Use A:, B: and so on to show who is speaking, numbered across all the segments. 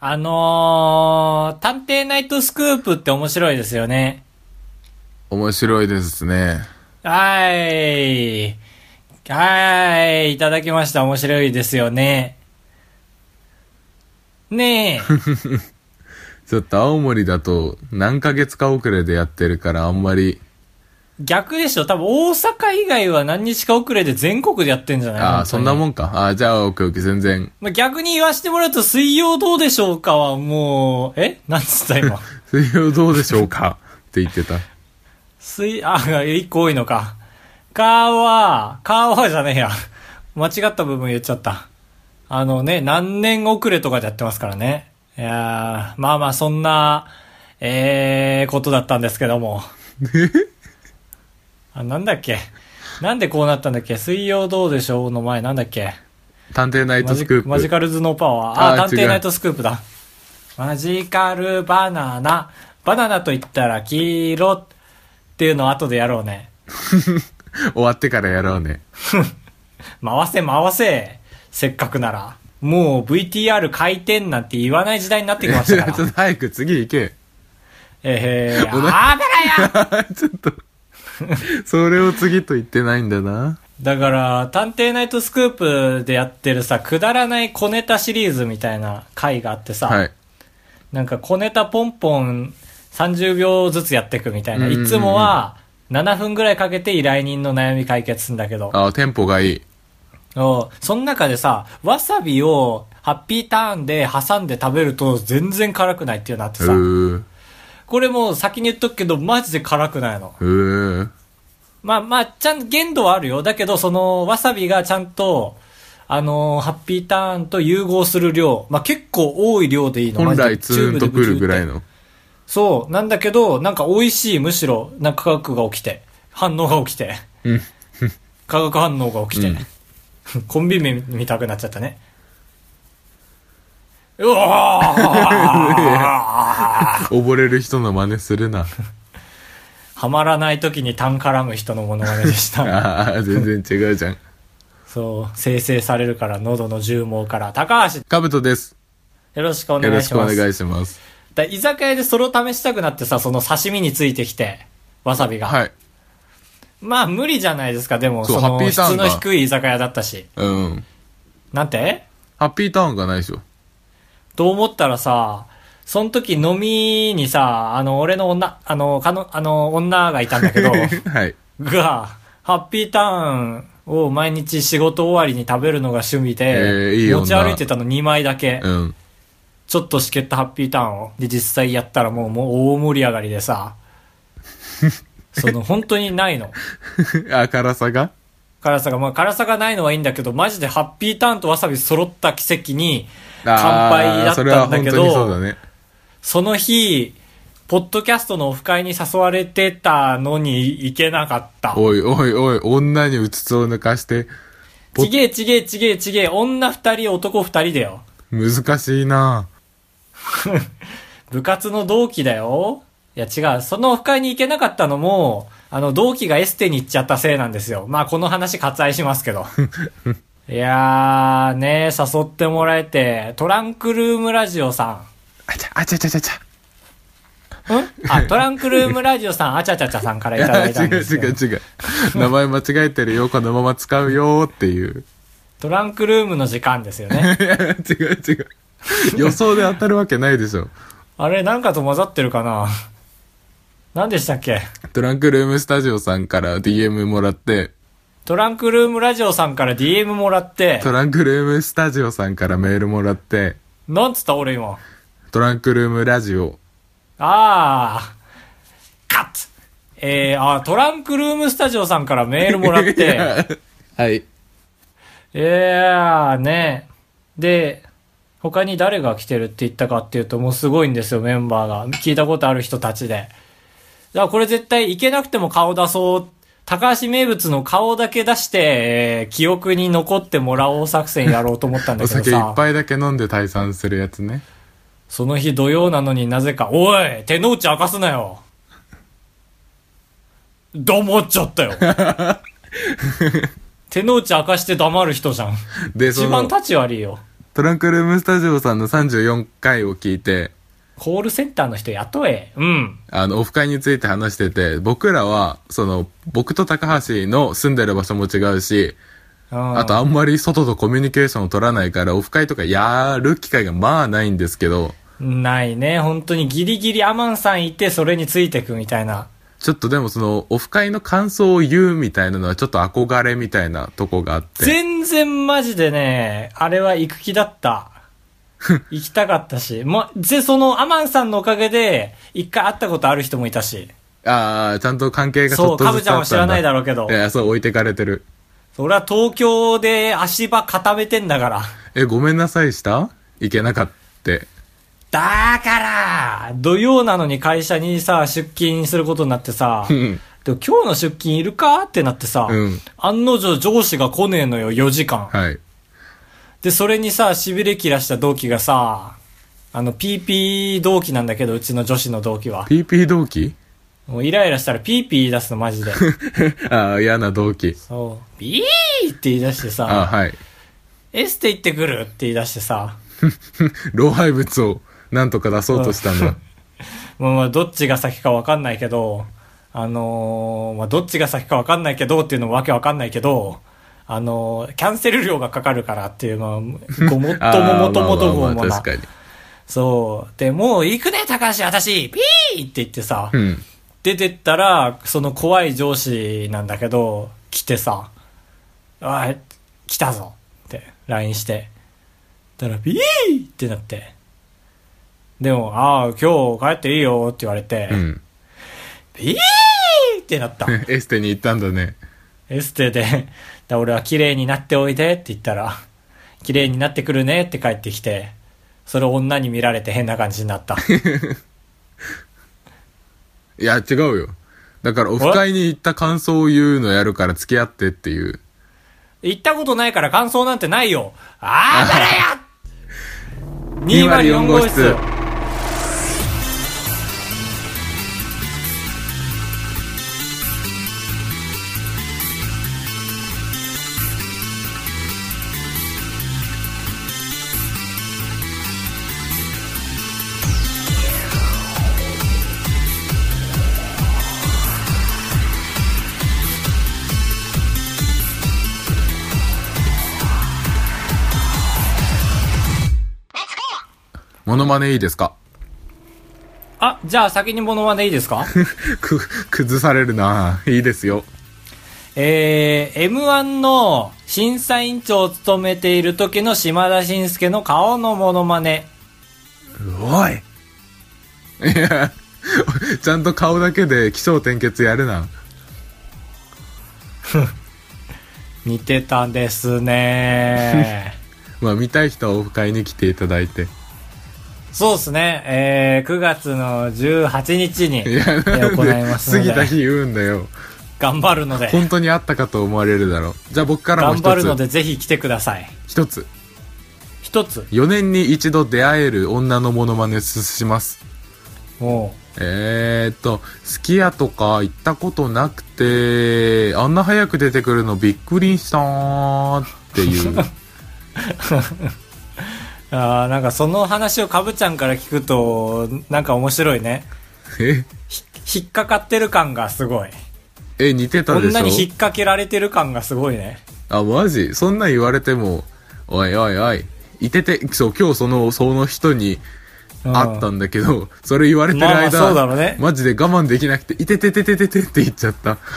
A: あのー、探偵ナイトスクープって面白いですよね。
B: 面白いですね。
A: はーい。はーい。いただきました。面白いですよね。 ねえ。
B: ちょっと青森だと何ヶ月か遅れでやってるからあんまり、
A: 逆でしょ多分大阪以外は何日か遅れで全国でやってんじゃない
B: ああ、そんな
A: もん。
B: もんか。ああ、じゃあ、オッケーオッケー、全然。
A: まあ、逆に言わしてもらうと水曜どうでしょうかはもう、えなんつった今。
B: 水曜どうでしょうかって言ってた。
A: 水、あ、 一個多いのか。かは、かはじゃねえや。間違った部分言っちゃった。あのね、何年遅れとかでやってますからね。いやーまあまあそんな、えー、ことだったんですけども。あ、なんだっけ。なんでこうなったんだっけ水曜どうでしょうの前なんだっけ
B: 探偵ナイ
A: マ
B: ト
A: ジ
B: スクープ。
A: マジカルズノーパワー。あ
B: あー
A: 探
B: 違
A: 偵
B: う
A: ナイトスクープだ。マジカルバナナ。バナナと言ったら黄色っていうのを後でやろうね。
B: 終わってからやろうね。
A: 回せ回せ。せっかくなら。もう VTR 回転なんて言わない時代になってきまし
B: ちょ
A: たか
B: っと
A: ら。
B: 早く次行け。
A: えー、あばらや
B: ちょっと、それを次と言ってないんだな。
A: だから、探偵ナイトスクープでやってるさ、くだらない小ネタシリーズみたいな回があってさ、
B: はい。
A: なんか小ネタポンポン30秒ずつやっていくみたいな。
B: うんうんうん
A: いつもは7分ぐらいかけて依頼人の悩み解決するんだけど。
B: ああ、テンポがいい。
A: おその中でさ、わさびをハッピーターンで挟んで食べると全然辛くないっていうのあって
B: う
A: さ。
B: ー、
A: これもう先に言っとくけど、マジで辛くないの。
B: うー。
A: まあまあ、ちゃん、限度はあるよ。だけど、その、わさびがちゃんと、あのーハッピーターンと融合する量。まあ結構多い量でいいの。
B: 本
A: マジ
B: 来
A: で
B: ツーンとくるぐらい。の。
A: そう。なんだけど、なんか美味しい、むしろ、なんか化学が起きて。反応が起きて。
B: うん。
A: 化学反応が起きて。
B: うん
A: コンビ名見たくなっちゃったね。うわ ー
B: 溺れる人の真似するな。
A: はまらない時にタン絡む人のモノマネでした。
B: ああ、全然違うじゃん。
A: そう、生成されるから、喉の重毛から。高橋、
B: かぶとです。
A: よろしくお
B: よ
A: 願
B: ろ
A: い
B: し
A: し
B: くお
A: ます。
B: 願いします。
A: だ居酒屋でそれを試したくなってさ、その刺身についてきて、わさびが。
B: はい。
A: まあ、無理じゃないですか、でも、
B: そう
A: そ
B: ハッ
A: の
B: ピー
A: 質
B: ターンが
A: の低い居酒屋だったし。
B: うん。
A: なんて
B: ハッピーターンがないでしょ。
A: と思ったらさ、その時飲みにさ、あの、俺の女、あの、かの、あの、女がいたんだけ ど、
B: はい。
A: が、ハッピーターンを毎日仕事終わりに食べるのが趣味で、
B: えーいい女
A: 持ち歩いてたの2枚だけ。
B: うん。
A: ちょっとしけったハッピーターンを。で、実際やったらもう、もう大盛り上がりで さ。その、本当にないの。
B: あ、辛さが
A: 辛さが、まあ辛さがないのはいいんだけど、マジでハッピーターンとわさび揃った奇跡に、乾杯だ
B: あー
A: った
B: それは
A: んだ
B: 本
A: け
B: 当にそう
A: ど、
B: だね。
A: その日、ポッドキャストのオフ会に誘われてたのに行けなかった。
B: おいおいおい、女にうつつを抜かして、
A: ちげえちげえちげえちげえ、女二人、男二人だよ。
B: 難しいな
A: 部活の同期だよ。いや違う、そのオフ会に行けなかったのも、あの同期がエステに行っちゃったせいなんですよ。まあこの話割愛します けど。いやーね、誘ってもらえて、トランクルームラジオさ
B: あちゃ、あちゃちゃちゃちゃ。
A: ん。んあ、トランクルームラジオさん、あちゃちゃちゃさんからいただいたん
B: 違う
A: ですけ
B: 違う
A: ど。
B: 違う。名前間違えてるよ、このまま使うよっていう。
A: トランクルームの時間ですよね。
B: 違う違う。予想で当たるわけないでしょ。
A: あれ、なんかと混ざってるかな 何でしたっけ
B: トランクルームスタジオさんから DM もらって、
A: トランクルームラジオさんから DM もらって、
B: トランクルームスタジオさんからメールもらって、
A: なんつった俺今。
B: トランクルームラジオ。
A: ああ、カットえー、あートランクルームスタジオさんからメールもらっ
B: い
A: て、
B: やはい。
A: えー、ね。で、他に誰が来てるって言ったかっていうと、もうすごいんですよ、メンバーが。聞いたことある人たちで。だからこれ絶対行けなくても顔出そう。高橋名物の顔だけ出して、えー記憶に残ってもらおう作戦やろうと思ったんだ
B: お
A: けど
B: 酒い
A: さ
B: っ。ぱいだけ飲んで退散するやつね。
A: その日土曜なのになぜか、おい手の内明かすなよ黙っちゃ ったよ手の内明かして黙る人じゃん。
B: で、
A: 一
B: そ
A: 番
B: の、
A: 立ち悪いよ。
B: トランクルームスタジオさんの34回を聞いて、
A: コールセンターの人雇え。うん。
B: あの、オフ会について話してて、僕らは、その、僕と高橋の住んでる場所も違うし、
A: うん
B: あとあんまり外とコミュニケーションを取らないから、オフ会とかやる機会がまあないんですけど、
A: ないね。本当にギリギリアマンさんいて、それについてくみたいな。
B: ちょっとでもその、オフ会の感想を言うみたいなのはちょっと憧れみたいなとこがあって、
A: 全然マジでね、あれは行く気だ った。行きたかったし。ま、ぜ、そのアマンさんのおかげで、一回会ったことある人もいたし。
B: ああ、ちゃんと関係がち
A: そ
B: ょ
A: う、
B: っ
A: カ
B: と
A: ブ
B: ず
A: ち
B: つ
A: ゃん
B: あ
A: は
B: っ
A: 知
B: た
A: ら
B: ん
A: な
B: だ。
A: いだろうけど
B: い。や、そう置いてかれてる。
A: 俺は東京で足場固めてんだから。
B: え、ごめんなさいしたいけなかって。
A: だから土曜なのに会社にさ、出勤することになってさ、
B: うん
A: でも今日の出勤いるかってなってさ、
B: うん
A: 案の定上司が来ねえのよ、4時間。
B: はい。
A: で、それにさ、痺れ切らした同期がさ、あの、PP 同期なんだけど、うちの女子の同期は。
B: PP 同期
A: もうイライラしたらピーピー言い出すの、マジで。
B: ああ、嫌な同期。
A: そう。ビーって言い出して
B: ああ、
A: さ、
B: はい。
A: エステ行ってくるって言い出してさ、
B: 老廃物をなんとか出そうとしたん だ。
A: まあまあ、どっちが先かわかんないけど、あのーまあ、どっちが先かわかんないけどっていうのもわけわかんないけど、あのーキャンセル料がかかるからっていう、まあ、ごもっとももともと
B: ま
A: も
B: あま
A: も
B: あ
A: な
B: 確。かに。
A: そう。で、もう行くね、高橋、私ピーって言ってさ、
B: うん。
A: 出てったら、その怖い上司なんだけど、来てさ、あ、来たぞって LINE して。たら、ビーってなって。でも、ああ、今日帰っていいよって言われて、
B: うん。
A: ビーってなった。
B: エステに行ったんだね。
A: エステで、だ俺は綺麗になっておいでって言ったら、綺麗になってくるねって帰ってきて、それを女に見られて変な感じになった。
B: いや、違うよ。だから、オフ会に行った感想を言うのやるから付き合ってっていう。
A: 行ったことないから感想なんてないよあー誰や !204 号室
B: モノマネいいですか
A: あ、じゃあ先にモノマネいいです か
B: く、崩されるなぁいいですよ。
A: えー、M1 の審査委員長を務めている時の島田紳介の顔のモノマネ。
B: おいいや、ちゃんと顔だけで気象転結やるな。
A: 似てたです ね
B: まあ、見たい人はオフ会に来ていただいて。
A: そうですね。えー、9月の18日に、
B: いや、
A: えー行い
B: なんで、
A: ます
B: 過
A: の
B: ぎた
A: で、
B: 日言うんだよ。
A: 頑張るので、
B: 本当にあったかと思われるだろう。じゃあ僕からも
A: 頑
B: 一
A: 張るの
B: つ。
A: でぜひ来てください。
B: 一つ。
A: 一つ、
B: 4年に一度出会える女のモノマネします。
A: も
B: えーっと、すき家とか行ったことなくて、あんな早く出てくるのびっくりしたーっていう。
A: う、あーなんかその話をかぶちゃんから聞くと、なんか面白いね。
B: え、
A: ひ引っかかってる感がすごい。
B: え、似てた でし
A: 女
B: ょ
A: に引っ掛けられてる感がすごいね。
B: あ、マジそんなん言われても、おいおいおい、いてて、そう、今日その、その人に
A: うん
B: 会ったんだけど、それ言われてる
A: まあまあ
B: 間、
A: そうだろうね
B: マジで我慢できなくて、いててててててって言っちゃった。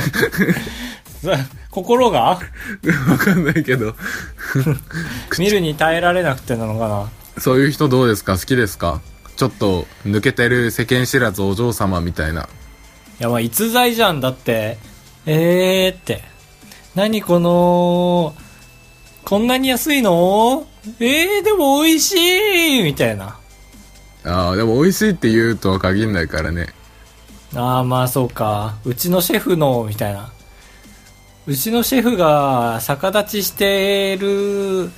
A: そ心が
B: わかんないけど、
A: 見るに耐えられなくてなのかな。
B: そういう人どうですか好きですかちょっと、抜けてる世間知らずお嬢様みたいな。
A: いや、まあ、逸材じゃんだって。えーって。何この、こんなに安いのえー、でも美味しいみたいな。
B: ああ、でも美味しいって言うとは限んないからね。
A: ああ、まあそうか。うちのシェフの、みたいな。うちのシェフが逆立ちしてる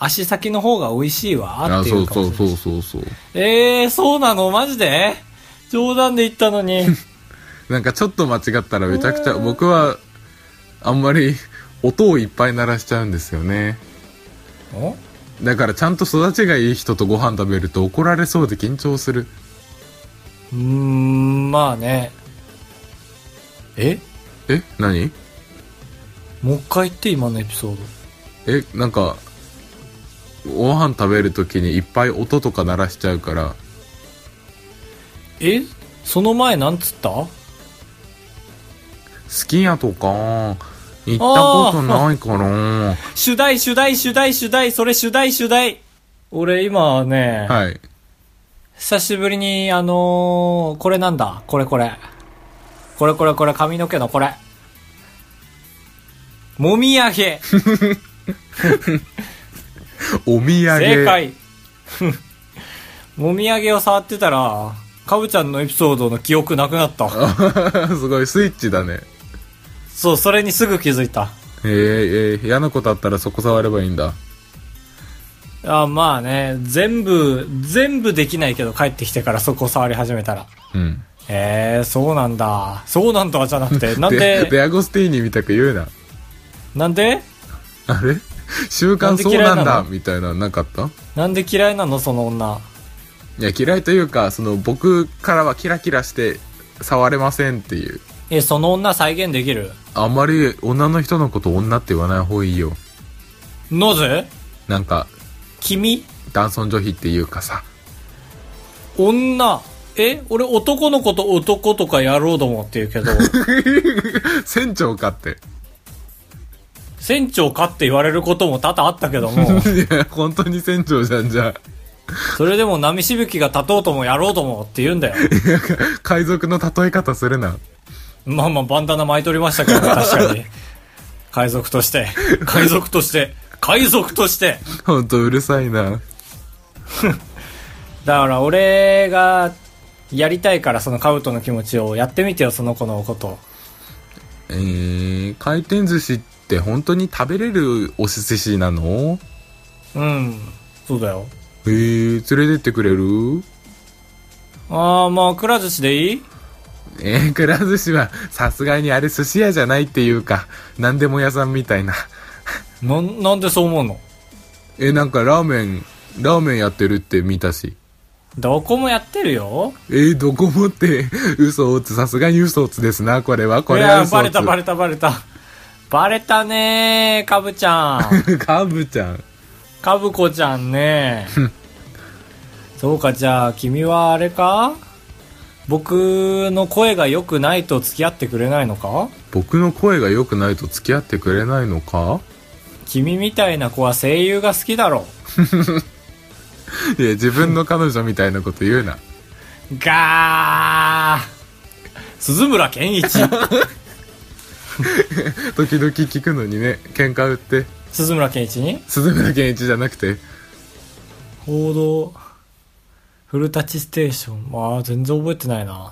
A: 足先の方が美味しいわ。
B: あ
A: っ
B: あ、
A: てい
B: そうう
A: かもし
B: そう
A: れない
B: そうそうそう。
A: えー、そうなのマジで冗談で言ったの に。
B: なんかちょっと間違ったらめちゃくちゃ、僕は、あんまり、音をいっぱい鳴らしちゃうんですよね。
A: お
B: だからちゃんと育ちがいい人とご飯食べると怒られそうで緊張する
A: うーん、まあね。え
B: え何
A: もう一回言って、今のエピソード。
B: えなんかご飯食べるときにいっぱい音とか鳴らしちゃうから
A: えその前なんつった
B: 好きやとか行ったことないから
A: 主題、主題、主題、主題、それ主題、主題。俺今ね、
B: はい
A: 久しぶりに、あのー、これなんだこれこれ。これこれこれ、髪の毛のこれ。もみあげ。
B: お土産
A: 正解。 もみあげを触ってたら、かぶちゃんのエピソードの記憶なくなった。
B: すごいスイッチだね
A: そう、それにすぐ気づいた。
B: えー、えー、嫌なことあったらそこ触ればいいんだ
A: あまあね、全部、全部できないけど帰ってきてからそこ触り始めたら。
B: うん
A: えー、そうなんだ。そうなんだじゃなくて、なん
B: で
A: で、
B: デアゴスティーニみたく言うな
A: なんで
B: あれ 習慣そう
A: なんんで嫌
B: な
A: いな
B: だ
A: の
B: みたいなのなかった
A: なんで嫌いなのその女。
B: いや嫌いというかその僕からはキラキラして触れませんっていう
A: え、その女再現できる
B: あんまり女の人のこと女って言わない方がいいよ
A: なぜ
B: なんか
A: 君
B: 男尊女卑っていうかさ
A: 女え俺男の子と男とかやろうと思って言うけど、
B: 船長かって
A: 船長かって言われることも多々あったけども、
B: いや本当に船長じゃんじゃあ
A: それでも波しぶきが立とうともやろうともって言うんだよ。
B: 海賊の例え方するな
A: まあまあバンダナ巻いておりましたけど、確かに。海賊として、海賊として、海賊として。
B: 本当うるさいな
A: だから俺がやりたいからそのカブトの気持ちをやってみてよ、その子のこと。
B: えー、回転寿司って本当に食べれるお寿司なの
A: うん。そうだよ。
B: えー、連れてってくれる
A: ああ、まあ、くら寿司でいい
B: えー、くら寿司はさすがにあれ寿司屋じゃないっていうか何でも屋さんみたいな
A: なん、なんでそう思うの
B: えー、なんかラーメンラーメンやってるって見たし
A: どこもやってるよ。
B: えー、どこもって嘘をつさすがに嘘をつですなこれはこ
A: い
B: れは
A: やー
B: 嘘
A: バ
B: を
A: レ
B: つ
A: たバレたバレた。バレたねー、カブちゃん。
B: カブちゃん
A: かぶこちゃん ねそうかじゃあ君はあれか僕の声が良くないと付き合ってくれないのか
B: 僕の声が良くないと付き合ってくれないのか
A: 君みたいな子は声優が好きだろ
B: いや自分の彼女みたいなこと言うな
A: ガー鈴村健 一
B: 時々聞くのにね喧嘩売って
A: 鈴村健一に
B: 鈴村健一じゃなくて
A: 報道古立ステーションまあ全然覚えてないな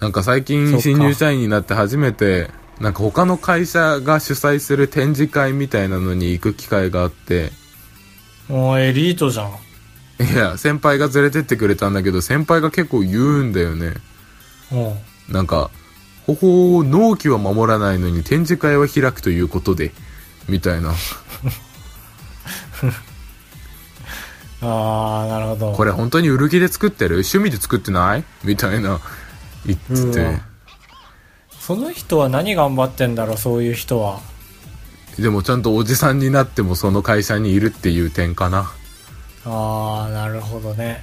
B: なんか最
A: そっ
B: 近
A: か
B: 新入社員になって初めてなんか他の会社が主催する展示会みたいなのに行く機会があって
A: もうエリートじゃん
B: いや先輩が連れてってくれたんだけど先輩が結構言うんだよね
A: うん
B: なんかここを納期は守らないのに展示会は開くということでみたいな
A: ああなるほど
B: これ本当に売る気で作ってる趣味で作ってないみたいな言って
A: うわその人は何頑張ってんだろうそういう人は
B: てでもちゃんとおじさんになってもその会社にいるっていう点かな
A: ああなるほどね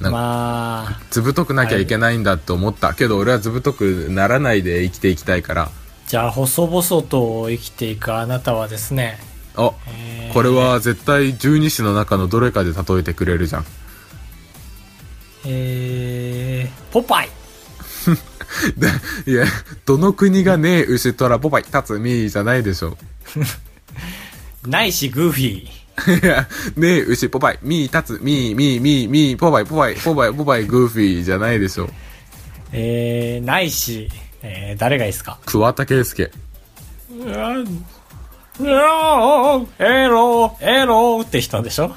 B: なんか
A: まあ
B: ずぶ太くなきゃいけないんだって思った、けど俺はずぶ太くならないで生きていきたいから
A: じゃあ細々と生きていくあなたはですね
B: あ
A: えー
B: これは絶対十二支の中のどれかで例えてくれるじゃん
A: えー、ポパイ
B: でいやどの国がねえ牛トラポパイタツミーじゃないでしょ
A: ないしグーフィー
B: いやねえ牛ポパイミータツミーミーミーミーポパイポパイポパイポパイグーフィーじゃないでしょ
A: えー、ないし、えー、誰がいいですか
B: 桑田佳祐
A: うわうわエロエロって人でし ょ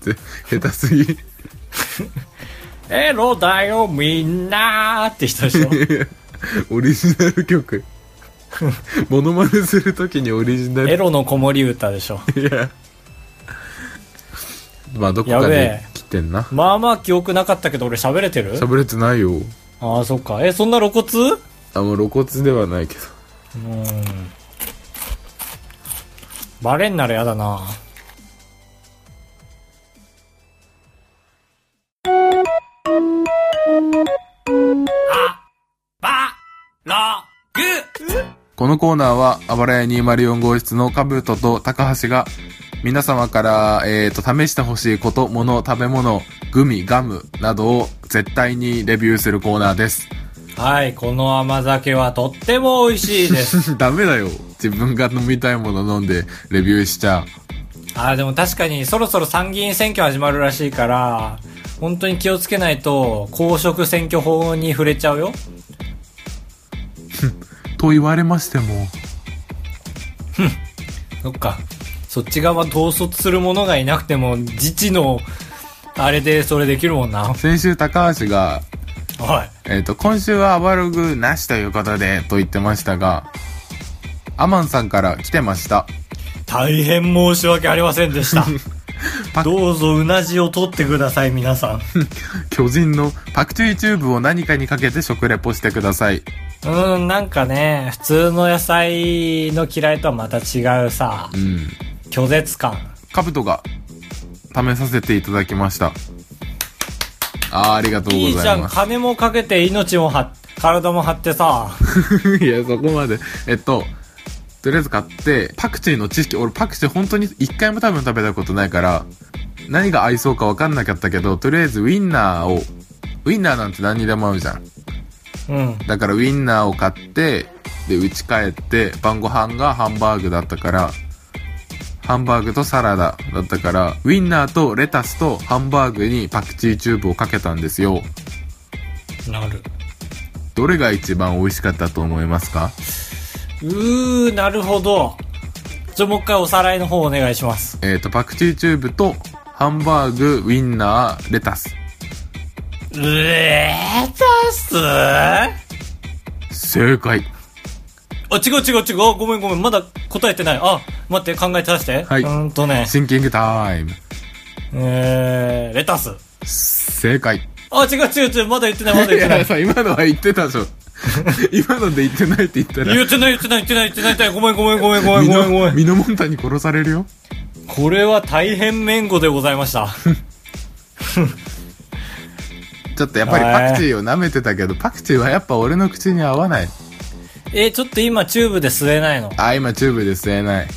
B: ぜ下手すぎ
A: エロだよみんなって人でしょ
B: オリジナル 曲モノマネするときにオリジナル
A: エロの子守歌でしょ
B: いや まあどこかで来てんな
A: まあまあ記憶なかったけど俺喋れてる
B: 喋れてないよ
A: ああ、そっか。え、そんな露骨
B: あもう露骨ではないけど
A: うん。バレんならやだな。あ、ば、ら、ぐ。
B: このコーナーは、あばらや204号室のカブトと高橋が、皆様から、えっ、と、試してほしいこと、もの、食べ物、グミ、ガムなどを絶対にレビューするコーナーです。
A: はい、この甘酒はとっても美味しい です。
B: ダメだよ。自分が飲みたいもの飲んでレビューしちゃう。
A: あーでも確かにそろそろ参議院選挙始まるらしいから、本当に気をつけないと、公職選挙法に触れちゃうよ。
B: と言われましても、
A: そっか。そっち側統率する者がいなくても、自治の、あれでそれできるもんな。
B: 先週高橋が、
A: はい。
B: えっ、と、今週はアバログなしということで、と言ってましたが、アマンさんから来てました。
A: 大変申し訳ありませんでし
B: パ
A: た。どうぞうなじを取ってください、皆さん。
B: 巨人のパクチューチューブを何かにかけて食レポしてください。
A: うん、なんかね、普通の野菜の嫌いとはまた違うさ
B: う、ん。
A: 拒絶感。
B: カブトが試させていただきました。あーありがとう
A: いい
B: ご
A: じ
B: ざ
A: ゃ
B: い
A: ん、
B: ます。
A: 金もかけて命も張っ体も張ってさ。
B: いや、そこまで。えっと、とりあえず買って、パクチーの知識、俺パクチー本当に一回も多分食べたことないから、何が合いそうか分かんなかったけど、とりあえずウインナーを、ウインナーなんて何にでも合うじゃん。
A: うん。
B: だからウインナーを買って、で、家帰って、晩ご飯がハンバーグだったから、ハンバーグとサラダだったから、ウインナーとレタスとハンバーグにパクチーチューブをかけたんですよ。
A: なる。
B: どれが一番美味しかったと思いますか
A: うー、なるほど。じゃあもう一回おさらいの方お願いします。
B: えっ、と、パクチーチューブと、ハンバーグ、ウインナー、レタス。
A: レタスあ、
B: 正解。
A: 違う違う違う。ごめんごめん。まだ答えてない。あ、待って、考えてらして。
B: はいう
A: ーんとね、
B: シンキングタイム。
A: えー、レタス。
B: 正解。
A: あ、違う違う違う。まだ言ってない、まだ
B: い
A: 言ってな
B: や、
A: い。
B: さ、今のは言ってたでしょ。今ので言ってないって言ったら、
A: 言ってない言ってない言ってない言ってない言ってない。ごめんごめんごめんごめん
B: ミ
A: ごめんごめ
B: ノ
A: ん。
B: ミノモンタに殺されるよ。
A: これは大変面語でございました。
B: ちょっとやっぱりパクチーを舐めてたけど、パクチーはやっぱ俺の口に合わない。
A: えー、ちょっと今チューブで吸えないの。
B: あ、今チューブで吸えない。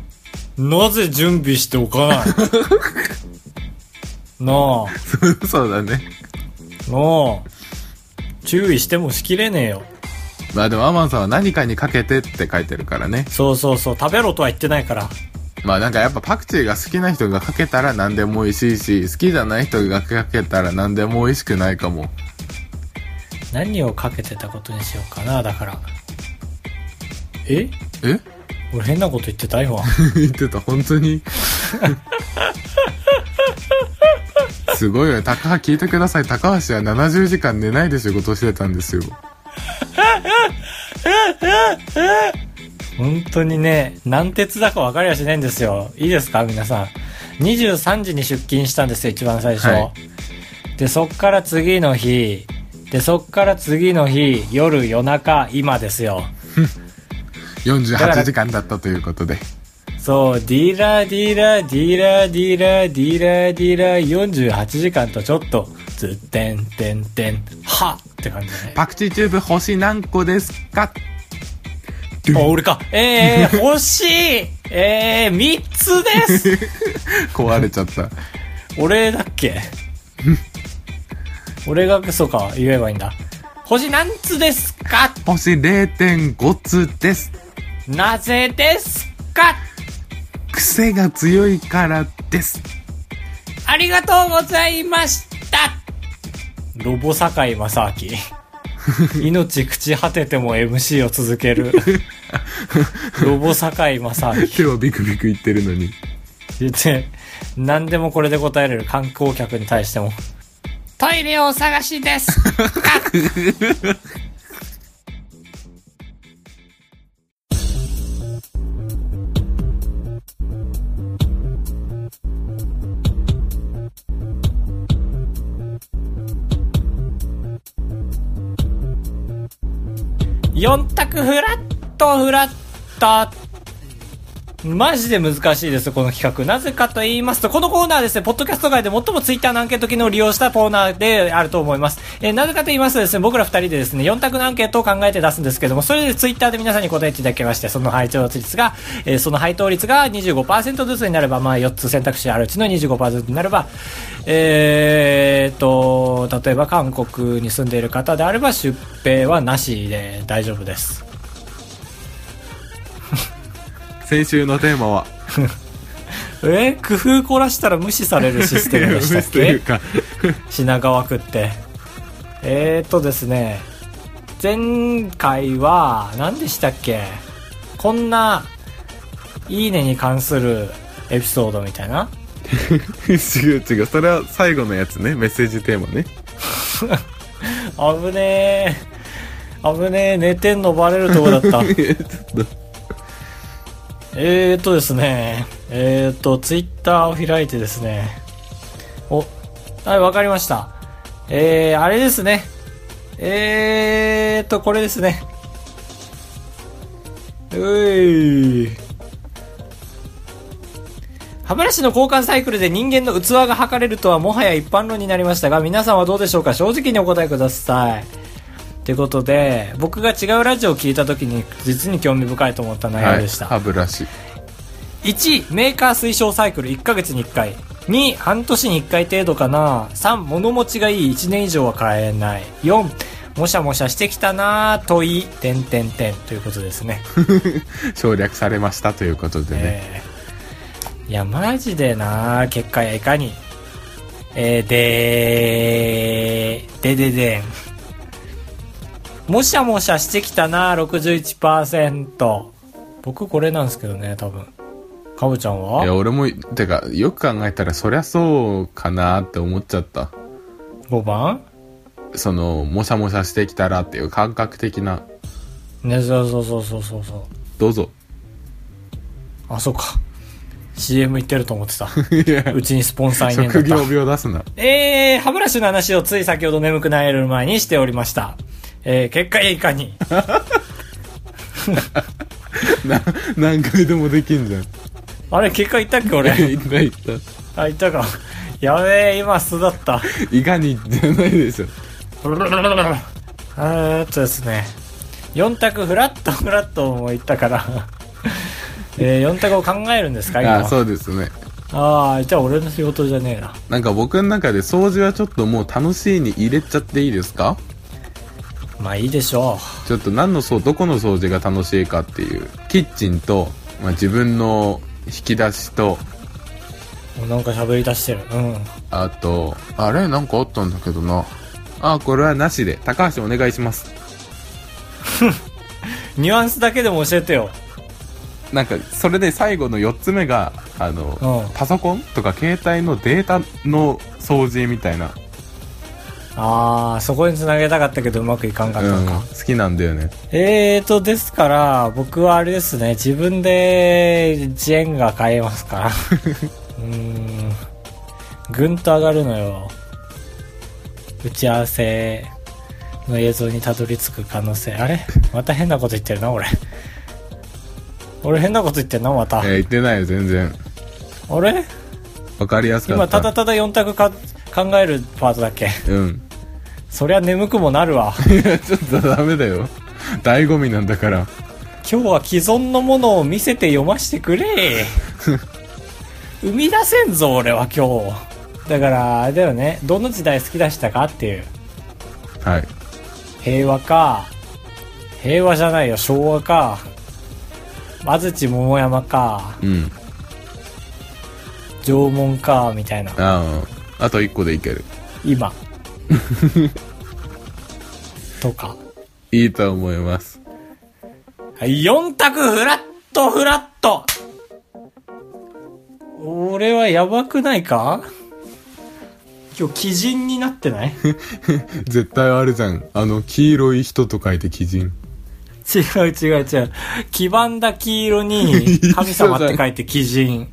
A: なぜ準備しておかないなあ。
B: そうそうだね。
A: もう、注意してもしきれねえよ。
B: まあでもアマンさんは何かにかけてって書いてるからね。
A: そうそうそう、食べろとは言ってないから。
B: まあなんかやっぱパクチーが好きな人がかけたら何でも美味しいし、好きじゃない人がかけたら何でも美味しくないかも。
A: 何をかけてたことにしようかな、だから。え
B: え
A: 俺変なこと言ってた今。
B: 言ってた、本当に。 すごいよね。高橋聞いてください。高橋は70時間寝ないで仕事してたんですよ。
A: 本当にね、何鉄だか分かりやしないんですよ。いいですか、皆さん。23時に出勤したんですよ、一番最初。
B: は
A: で、そっから次の日、で、そっから次の日、夜、夜中、今ですよ。
B: 48時間だったということで。
A: そう、ディーラーディーラーディーラーディーラーディーラーディーラー48時間とちょっと、ずってんてんてん、はっって感じだね。
B: パクチーチューブ星何個ですか
A: あ、俺か。えー、欲しいえー、3つです
B: 壊れちゃった。
A: 俺だっけ俺がそうか、言えばいいんだ。星何つですか
B: 星0.5つです。
A: なぜですか
B: 癖が強いからです。
A: ありがとうございましたロボ坂井正明。命朽ち果てても MC を続ける。ロボ坂井正明。
B: 手はビクビクいってるのに。
A: 言って、何でもこれで答えれる観光客に対しても。トイレをお探し です。 4択フラットフラッタマジで難しいですこの企画なぜかと言いますとこのコーナーはですねポッドキャスト界で最もツイッターのアンケート機能を利用したコーナーであると思います、えーなぜかと言いますとですね僕ら2人でですね4択のアンケートを考えて出すんですけどもそれでツイッターで皆さんに答えていただきましてその配当率が、えーその配当率が25%ずつになればまあ4つ選択肢あるうちの25%になればえーっと例えば韓国に住んでいる方であれば出兵はなしで大丈夫です
B: 先週のテーマは
A: えー工夫凝らしたら無視されるシステムでしたっ
B: という
A: け
B: か
A: 品川区ってえー、っとですね前回は何でしたっけこんな「いいね」に関するエピソードみたいな
B: 違う違うそれは最後のやつねメッセージテーマ ね
A: 危ねえ危ねえ寝てんのバレるとこだったえーっとですねえー、っとツイッターを開いてですねおはいわかりましたえー、あれですねえー、っとこれですねうい歯ブラシの交換サイクルで人間の器が測れるとはもはや一般論になりましたが皆さんはどうでしょうか正直にお答えくださいということで僕が違うラジオを聞いた時に実に興味深いと思った内容でした、
B: 歯ブラシ
A: 1メーカー推奨サイクル1ヶ月に1回2半年に1回程度かな3物持ちがいい1年以上は買えない4もしゃもしゃしてきたなぁ問い点点点ということです ね
B: 省略されましたということでね、
A: えーいやマジでな結果やいかにえー、でーでででんもしゃもしゃしてきたな61%僕これなんですけどね多分かぶちゃん
B: いや
A: は
B: 俺もてかよく考えたらそりゃそうかなって思っちゃった
A: 5番
B: そのもしゃもしゃしてきたらっていう感覚的な
A: ねそうそうそうそうそうそう
B: どうぞ
A: あそうか CM 行ってると思って たうちにスポンサーいねえんだっ
B: 職
A: た
B: 業病出すな
A: えー、歯ブラシの話をつい先ほど眠くなれる前にしておりました。えー、結果やいか に。
B: な何回でもできんじゃん
A: あれ、結果言ったっけ俺。
B: 言った言った
A: あ、言ったか。やべえ、今素だった。
B: いかにじゃないでしょ
A: えーっとですね。4択フラットフラットも言ったから。 えー、4択を考えるんですか今。
B: あそうですね
A: あーじゃあ俺の仕事じゃねえな。
B: なんか僕の中で掃除はちょっともう楽しいに入れちゃっていいですか
A: まあいいでしょ
B: ちょっと何の掃どこの掃除が楽しいかっていうキッチンと、まあ、自分の引き出しと
A: う。もうなんか喋り出してる。うん。
B: あとあれなんかあったんだけどなあこれはなしで高橋お願いします
A: ニュアンスだけでも教えてよ。
B: なんかそれで最後の4つ目があの、
A: うん
B: パソコンとか携帯のデータの掃除みたいな、
A: あー、そこに繋げたかったけどうまくいかんかった
B: うん
A: のか。
B: 好きなんだよね
A: えーと、ですから、僕はあれですね、自分でジェンが買えますから。う ーん。ぐんと上がるのよ。打ち合わせの映像にたどり着く可能性。あれまた変なこと言ってるな、俺。俺変なこと言ってんな、また。
B: えー、言ってないよ全然
A: あれ
B: わかりやすか
A: 今、
B: った
A: だただ4択か考えるパートだっけ
B: うん
A: そりゃ眠くもなるわ。
B: いやちょっとダメだよ醍醐味なんだから
A: 今日は既存のものを見せて読ませてくれ生み出せんぞ俺は今日だからあれだよねどの時代好きでしたかっていう
B: はい
A: 平和か平和じゃないよ昭和か安土桃山か
B: うん
A: 縄文かみたいな
B: あああと1個でいける
A: 今とか
B: いいと思います
A: 4択フラットフラット俺はやばくないか今日鬼人になってない
B: 絶対あれじゃんあの黄色い人と書いて鬼人
A: 違う違う違う。黄ばんだ黄色に神様って書いて鬼人。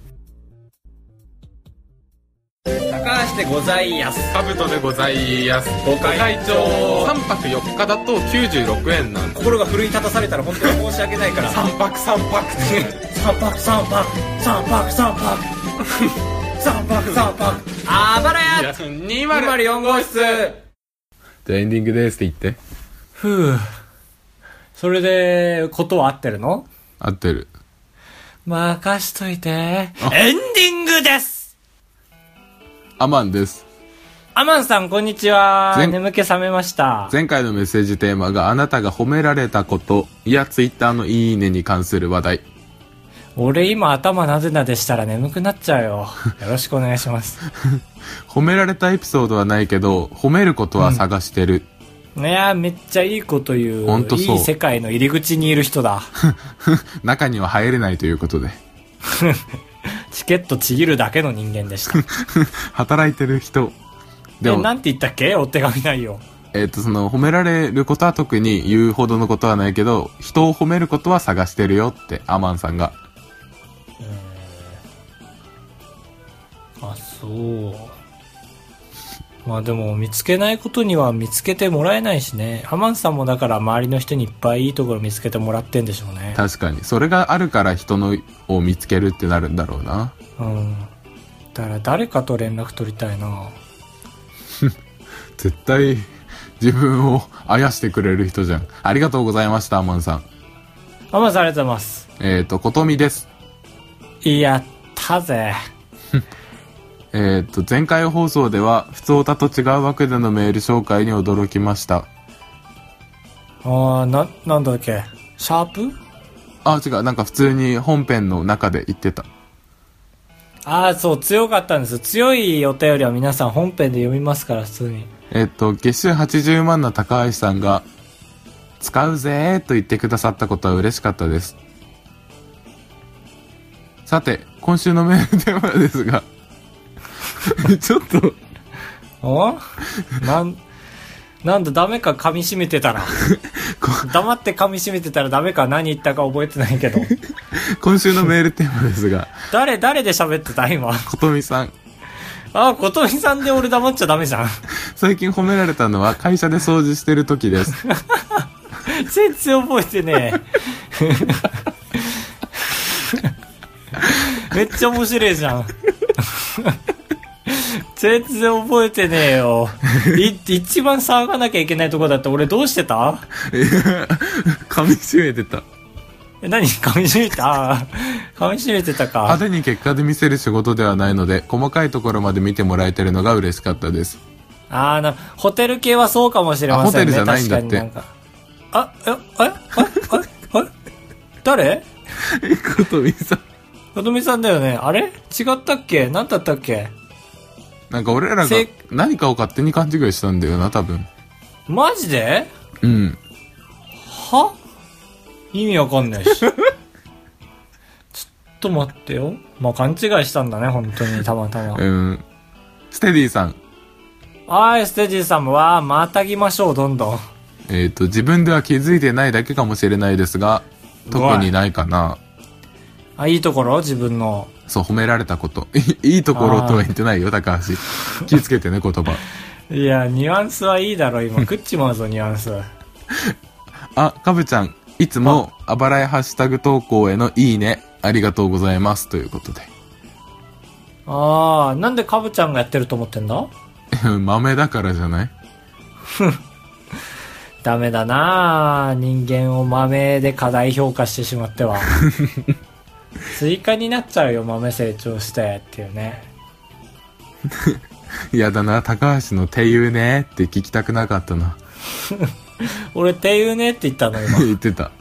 A: 高橋でございやす。
B: カブトでございます
A: ご会長
B: 3泊4日だと96円なんです
A: 心が奮い立たされたら本当に申し訳ないから。
B: 3泊3泊
A: 三泊三泊三泊三泊 三泊三泊あばらや
B: 204号室じゃあエンディングですって言って
A: ふうそれでことは合ってるの
B: 合ってる
A: 任しといてエンディングです
B: アマンです
A: アマンさんこんにちは
B: 前
A: 眠気覚めました
B: 前回のメッセージテーマがあなたが褒められたことやツイッターのいいねに関する話題
A: 俺今頭なでなでしたら眠くなっち ゃうよよろしくお願いします
B: 褒められたエピソードはないけど褒めることは探してる、
A: いやめっちゃいいこと言う
B: ほんとそう
A: いい世界の入り口にいる人だ
B: 中には入れないということで
A: チケットちぎるだけの人間でした
B: 働いてる人で
A: で
B: も
A: なんて言ったっけお手紙ないよ
B: えっ、とその褒められることは特に言うほどのことはないけど人を褒めることは探してるよってアマンさんが
A: あそうまあでも見つけないことには見つけてもらえないしねハマンさんもだから周りの人にいっぱいいいところ見つけてもらってんでしょうね
B: 確かにそれがあるから人のを見つけるってなるんだろうな
A: うんだから誰かと連絡取りたいな
B: 絶対自分をあやしてくれる人じゃんありがとうございましたアマンさん
A: ハマンさんありがとうございます
B: えっ、とことみです
A: やったぜ
B: えー、と前回放送では普通オタと違う枠でのメール紹介に驚きました
A: あーななんだっけシャープ
B: あ違うなんか普通に本編の中で言ってた
A: ああそう強かったんです強いお便りは皆さん本編で読みますから普通に
B: えっ、と月収80万の高橋さんが「使うぜ」と言ってくださったことは嬉しかったですさて今週のメールテーマですがちょっと
A: おなん、なんだ、ダメか噛み締めてたら。黙って噛み締めてたらダメか何言ったか覚えてないけど。
B: 今週のメールテーマです が
A: 誰、誰で喋ってた今。
B: ことみさん
A: あ、ことみさんで俺黙っちゃダメじゃん。
B: 最近褒められたのは会社で掃除してる時です
A: 全然覚えてねえ。めっちゃ面白いじゃん。全然覚えてねえよ。い、一番騒がなきゃいけないとこだって俺どうしてた
B: いや 噛み締めてた
A: え何噛み締めたあー噛み締めてたか。
B: 派手に結果で見せる仕事ではないので細かいところまで見てもらえてるのが嬉しかったです
A: あーな、ホテル系はそうかもしれませんね。
B: あホテルじゃないん
A: 確
B: だって
A: かになんか。あ、え、え、え、え、え、誰
B: ことみさん
A: のどみさんだよね。あれ違ったっけ何だったっけ
B: なんか俺らが
A: せ
B: 何かを勝手に勘違いしたんだよな多分
A: マジで
B: うん
A: は意味わかんない し。ちょっと待ってよ。まあ、勘違いしたんだね、本当に、たまたま。
B: うんステディさん
A: はい、ステージさんも、わー、またぎましょう、どんどん。
B: えっ、と自分では気づいてないだけかもしれないですが
A: う
B: 特
A: わ
B: にないかな
A: あ、いいところ自分の。
B: そう褒められたこと いいいところとは言ってないよ高橋気をつけてね言葉
A: いや、ニュアンスはいいだろ、 今。食っちまうぞ、ニュアンス。
B: あ、かぶちゃん、いつも、あばらいハッシュタグ投稿へのいいね、ありがとうございます、ということで。
A: ああ、なんでカブちゃんがやってると思ってんだ
B: 豆だからじゃない
A: ダメだなあ人間を豆で過大評価してしまって は。追加になっちゃうよ、豆成長してっていうね。
B: やだな、高橋のていうねって聞きたくなかったな。
A: 俺、ていうねって言ったの、今。
B: 言ってた。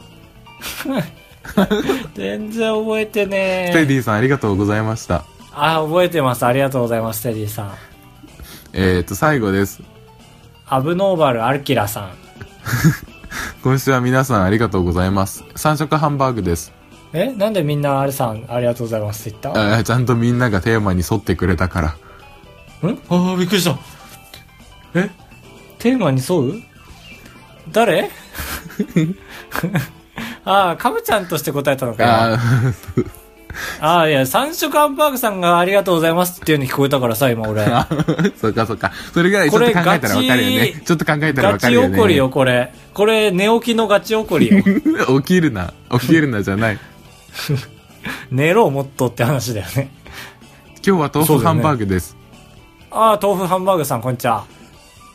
A: 全然覚えてね
B: ステ
A: え。
B: ディさん、ありがとうございました。
A: あ、覚えてます。ありがとうございます、テディさん。
B: えーと、最後です。
A: アブノーバル・アルキラさん。
B: 今週は皆さんありがとうございます。三色ハンバーグです。
A: えなんでみんなアルさん、ありがとうございますって言った
B: あーちゃんとみんながテーマに沿ってくれたから。
A: んああ、びっくりした。えテーマに沿う誰 ああ、カブちゃんとして答えたのか
B: あー
A: ああ、いや、三色ハンバーグさんがありがとうございますっていうの聞こえたからさ、今 俺。
B: あそっかそっか。それぐらいちょっと考えたらわかる
A: こ
B: よ
A: れガ
B: ね。
A: チ
B: ちょっと考えたらわ
A: ガ
B: か
A: チ
B: るよね。
A: 怒りよ、これ。これ、寝起きのガチ怒りよ。
B: 起きるな。起きるなじゃない。
A: 寝ろ、もっとって話だよね。
B: 今日は豆
A: そうだ
B: 腐
A: よ
B: ハ
A: ね
B: ンバーグです。
A: ああ、豆腐ハンバーグさん、こんにちは。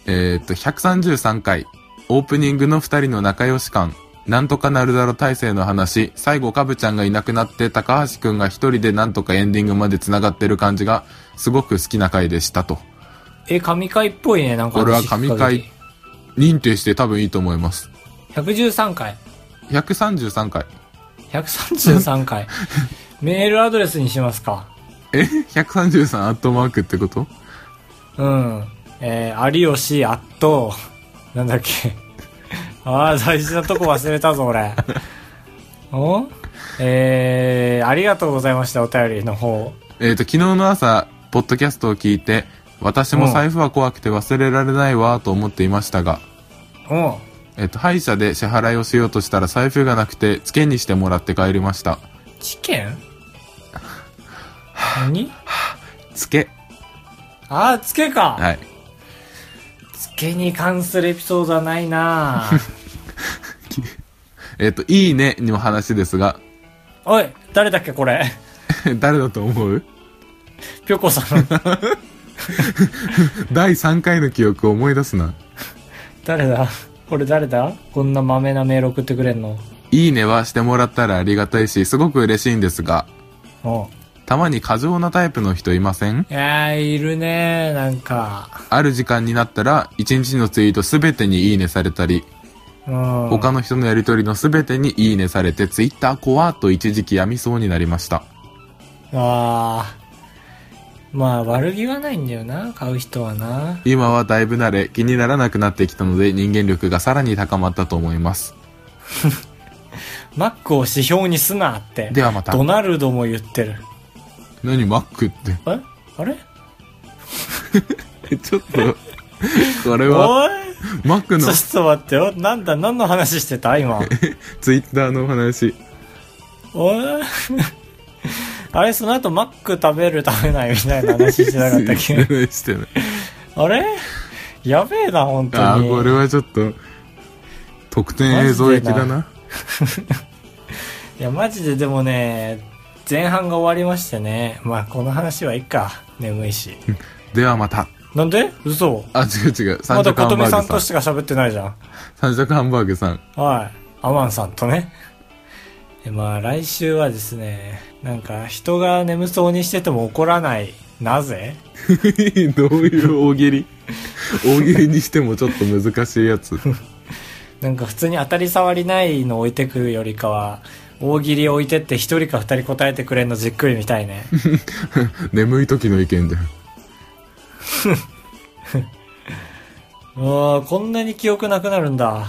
B: えーっと、133回。オープニングの二人の仲良し感。なんとかなるだろ体制の話。最後、かぶちゃんがいなくなって、高橋くんが一人でなんとかエンディングまで繋がってる感じが、すごく好きな回でしたと。
A: え、神回っぽいね、なんか。
B: これは神回認定して多分いいと思います。
A: 113回。
B: 133回。
A: 133回。 メールアドレスにしますか。
B: え ?133 アットマークってこと
A: うん。えー、有吉、あっと、なんだっけ。 ああ、大事なとこ忘れたぞ、俺。 おえー、ありがとうございました、お便りの方。
B: えっ、と、昨日の朝、ポッドキャストを聞いて、私も財布は怖くて忘れられないわと思っていましたが、
A: うん。
B: えっ、と、歯医者で支払いをしようとしたら財布がなくて、付けにしてもらって帰りました。
A: 事件 何
B: 付け。
A: ああ、つけか。
B: はい。
A: つけに関するエピソードはないな
B: えっ、と、いいねの話ですが、
A: おい、誰だっけ、これ。
B: 誰だと思う
A: ぴょこさん。
B: 第3回の記憶を思い出すな。
A: 誰だこれ誰だこんなマメなメール送ってくれんの。
B: いいねはしてもらったらありがたいし、すごく嬉しいんですが、
A: お
B: たまに過剰なタイプの人いません
A: いやー、いるねー、なんか。
B: ある時間になったら、1日のツイートすべてにいいねされたり、
A: うん。
B: 他の人のやりとりの全てにいいねされて、ツイッター怖っと一時期やみそうになりました。
A: ああ。まあ、悪気はないんだよな、買う人はな。
B: 今はだいぶ慣れ、気にならなくなってきたので人間力がさらに高まったと思います。
A: マックを指標にすなって。
B: ではまた
A: ドナルドも言ってる。
B: 何、マックって。
A: えあれ
B: えちょっ と、これ
A: お
B: は、
A: い
B: マック
A: ち
B: の
A: ょっと待ってよ。なんだ、何の話してた 今。
B: ツイッターのお話。
A: おい あれ、その後マック食べる食べないみたいな話してなかったっけ
B: してない。
A: あれやべえな、本当
B: あ
A: に。
B: ー、これはちょっと、特典映像行きだな。
A: いや、マジででもね、前半が終わりましてね。まあ、この話はいいか。眠いし。
B: ではまた。
A: なんで嘘
B: あ、違う違う。
A: ま
B: 三
A: だ
B: 色ハ
A: 琴
B: ンバ
A: 美さ
B: ー
A: んと
B: グ
A: して
B: さ
A: が喋ってないじゃん。
B: ん。三色ハンバーグさん。
A: はい。アマンさんとね。でまあ来週はですね、なんか人が眠そうにしてても怒らない。なぜ
B: どういう大喜利大喜利にしてもちょっと難しいやつ。
A: なんか普通に当たり障りないの置いてくよりかは、大喜利置いてって一人か二人答えてくれんのじっくり見たい ね。
B: 眠い時の意見だよ。
A: うわーこんなに記憶なくなるんだ。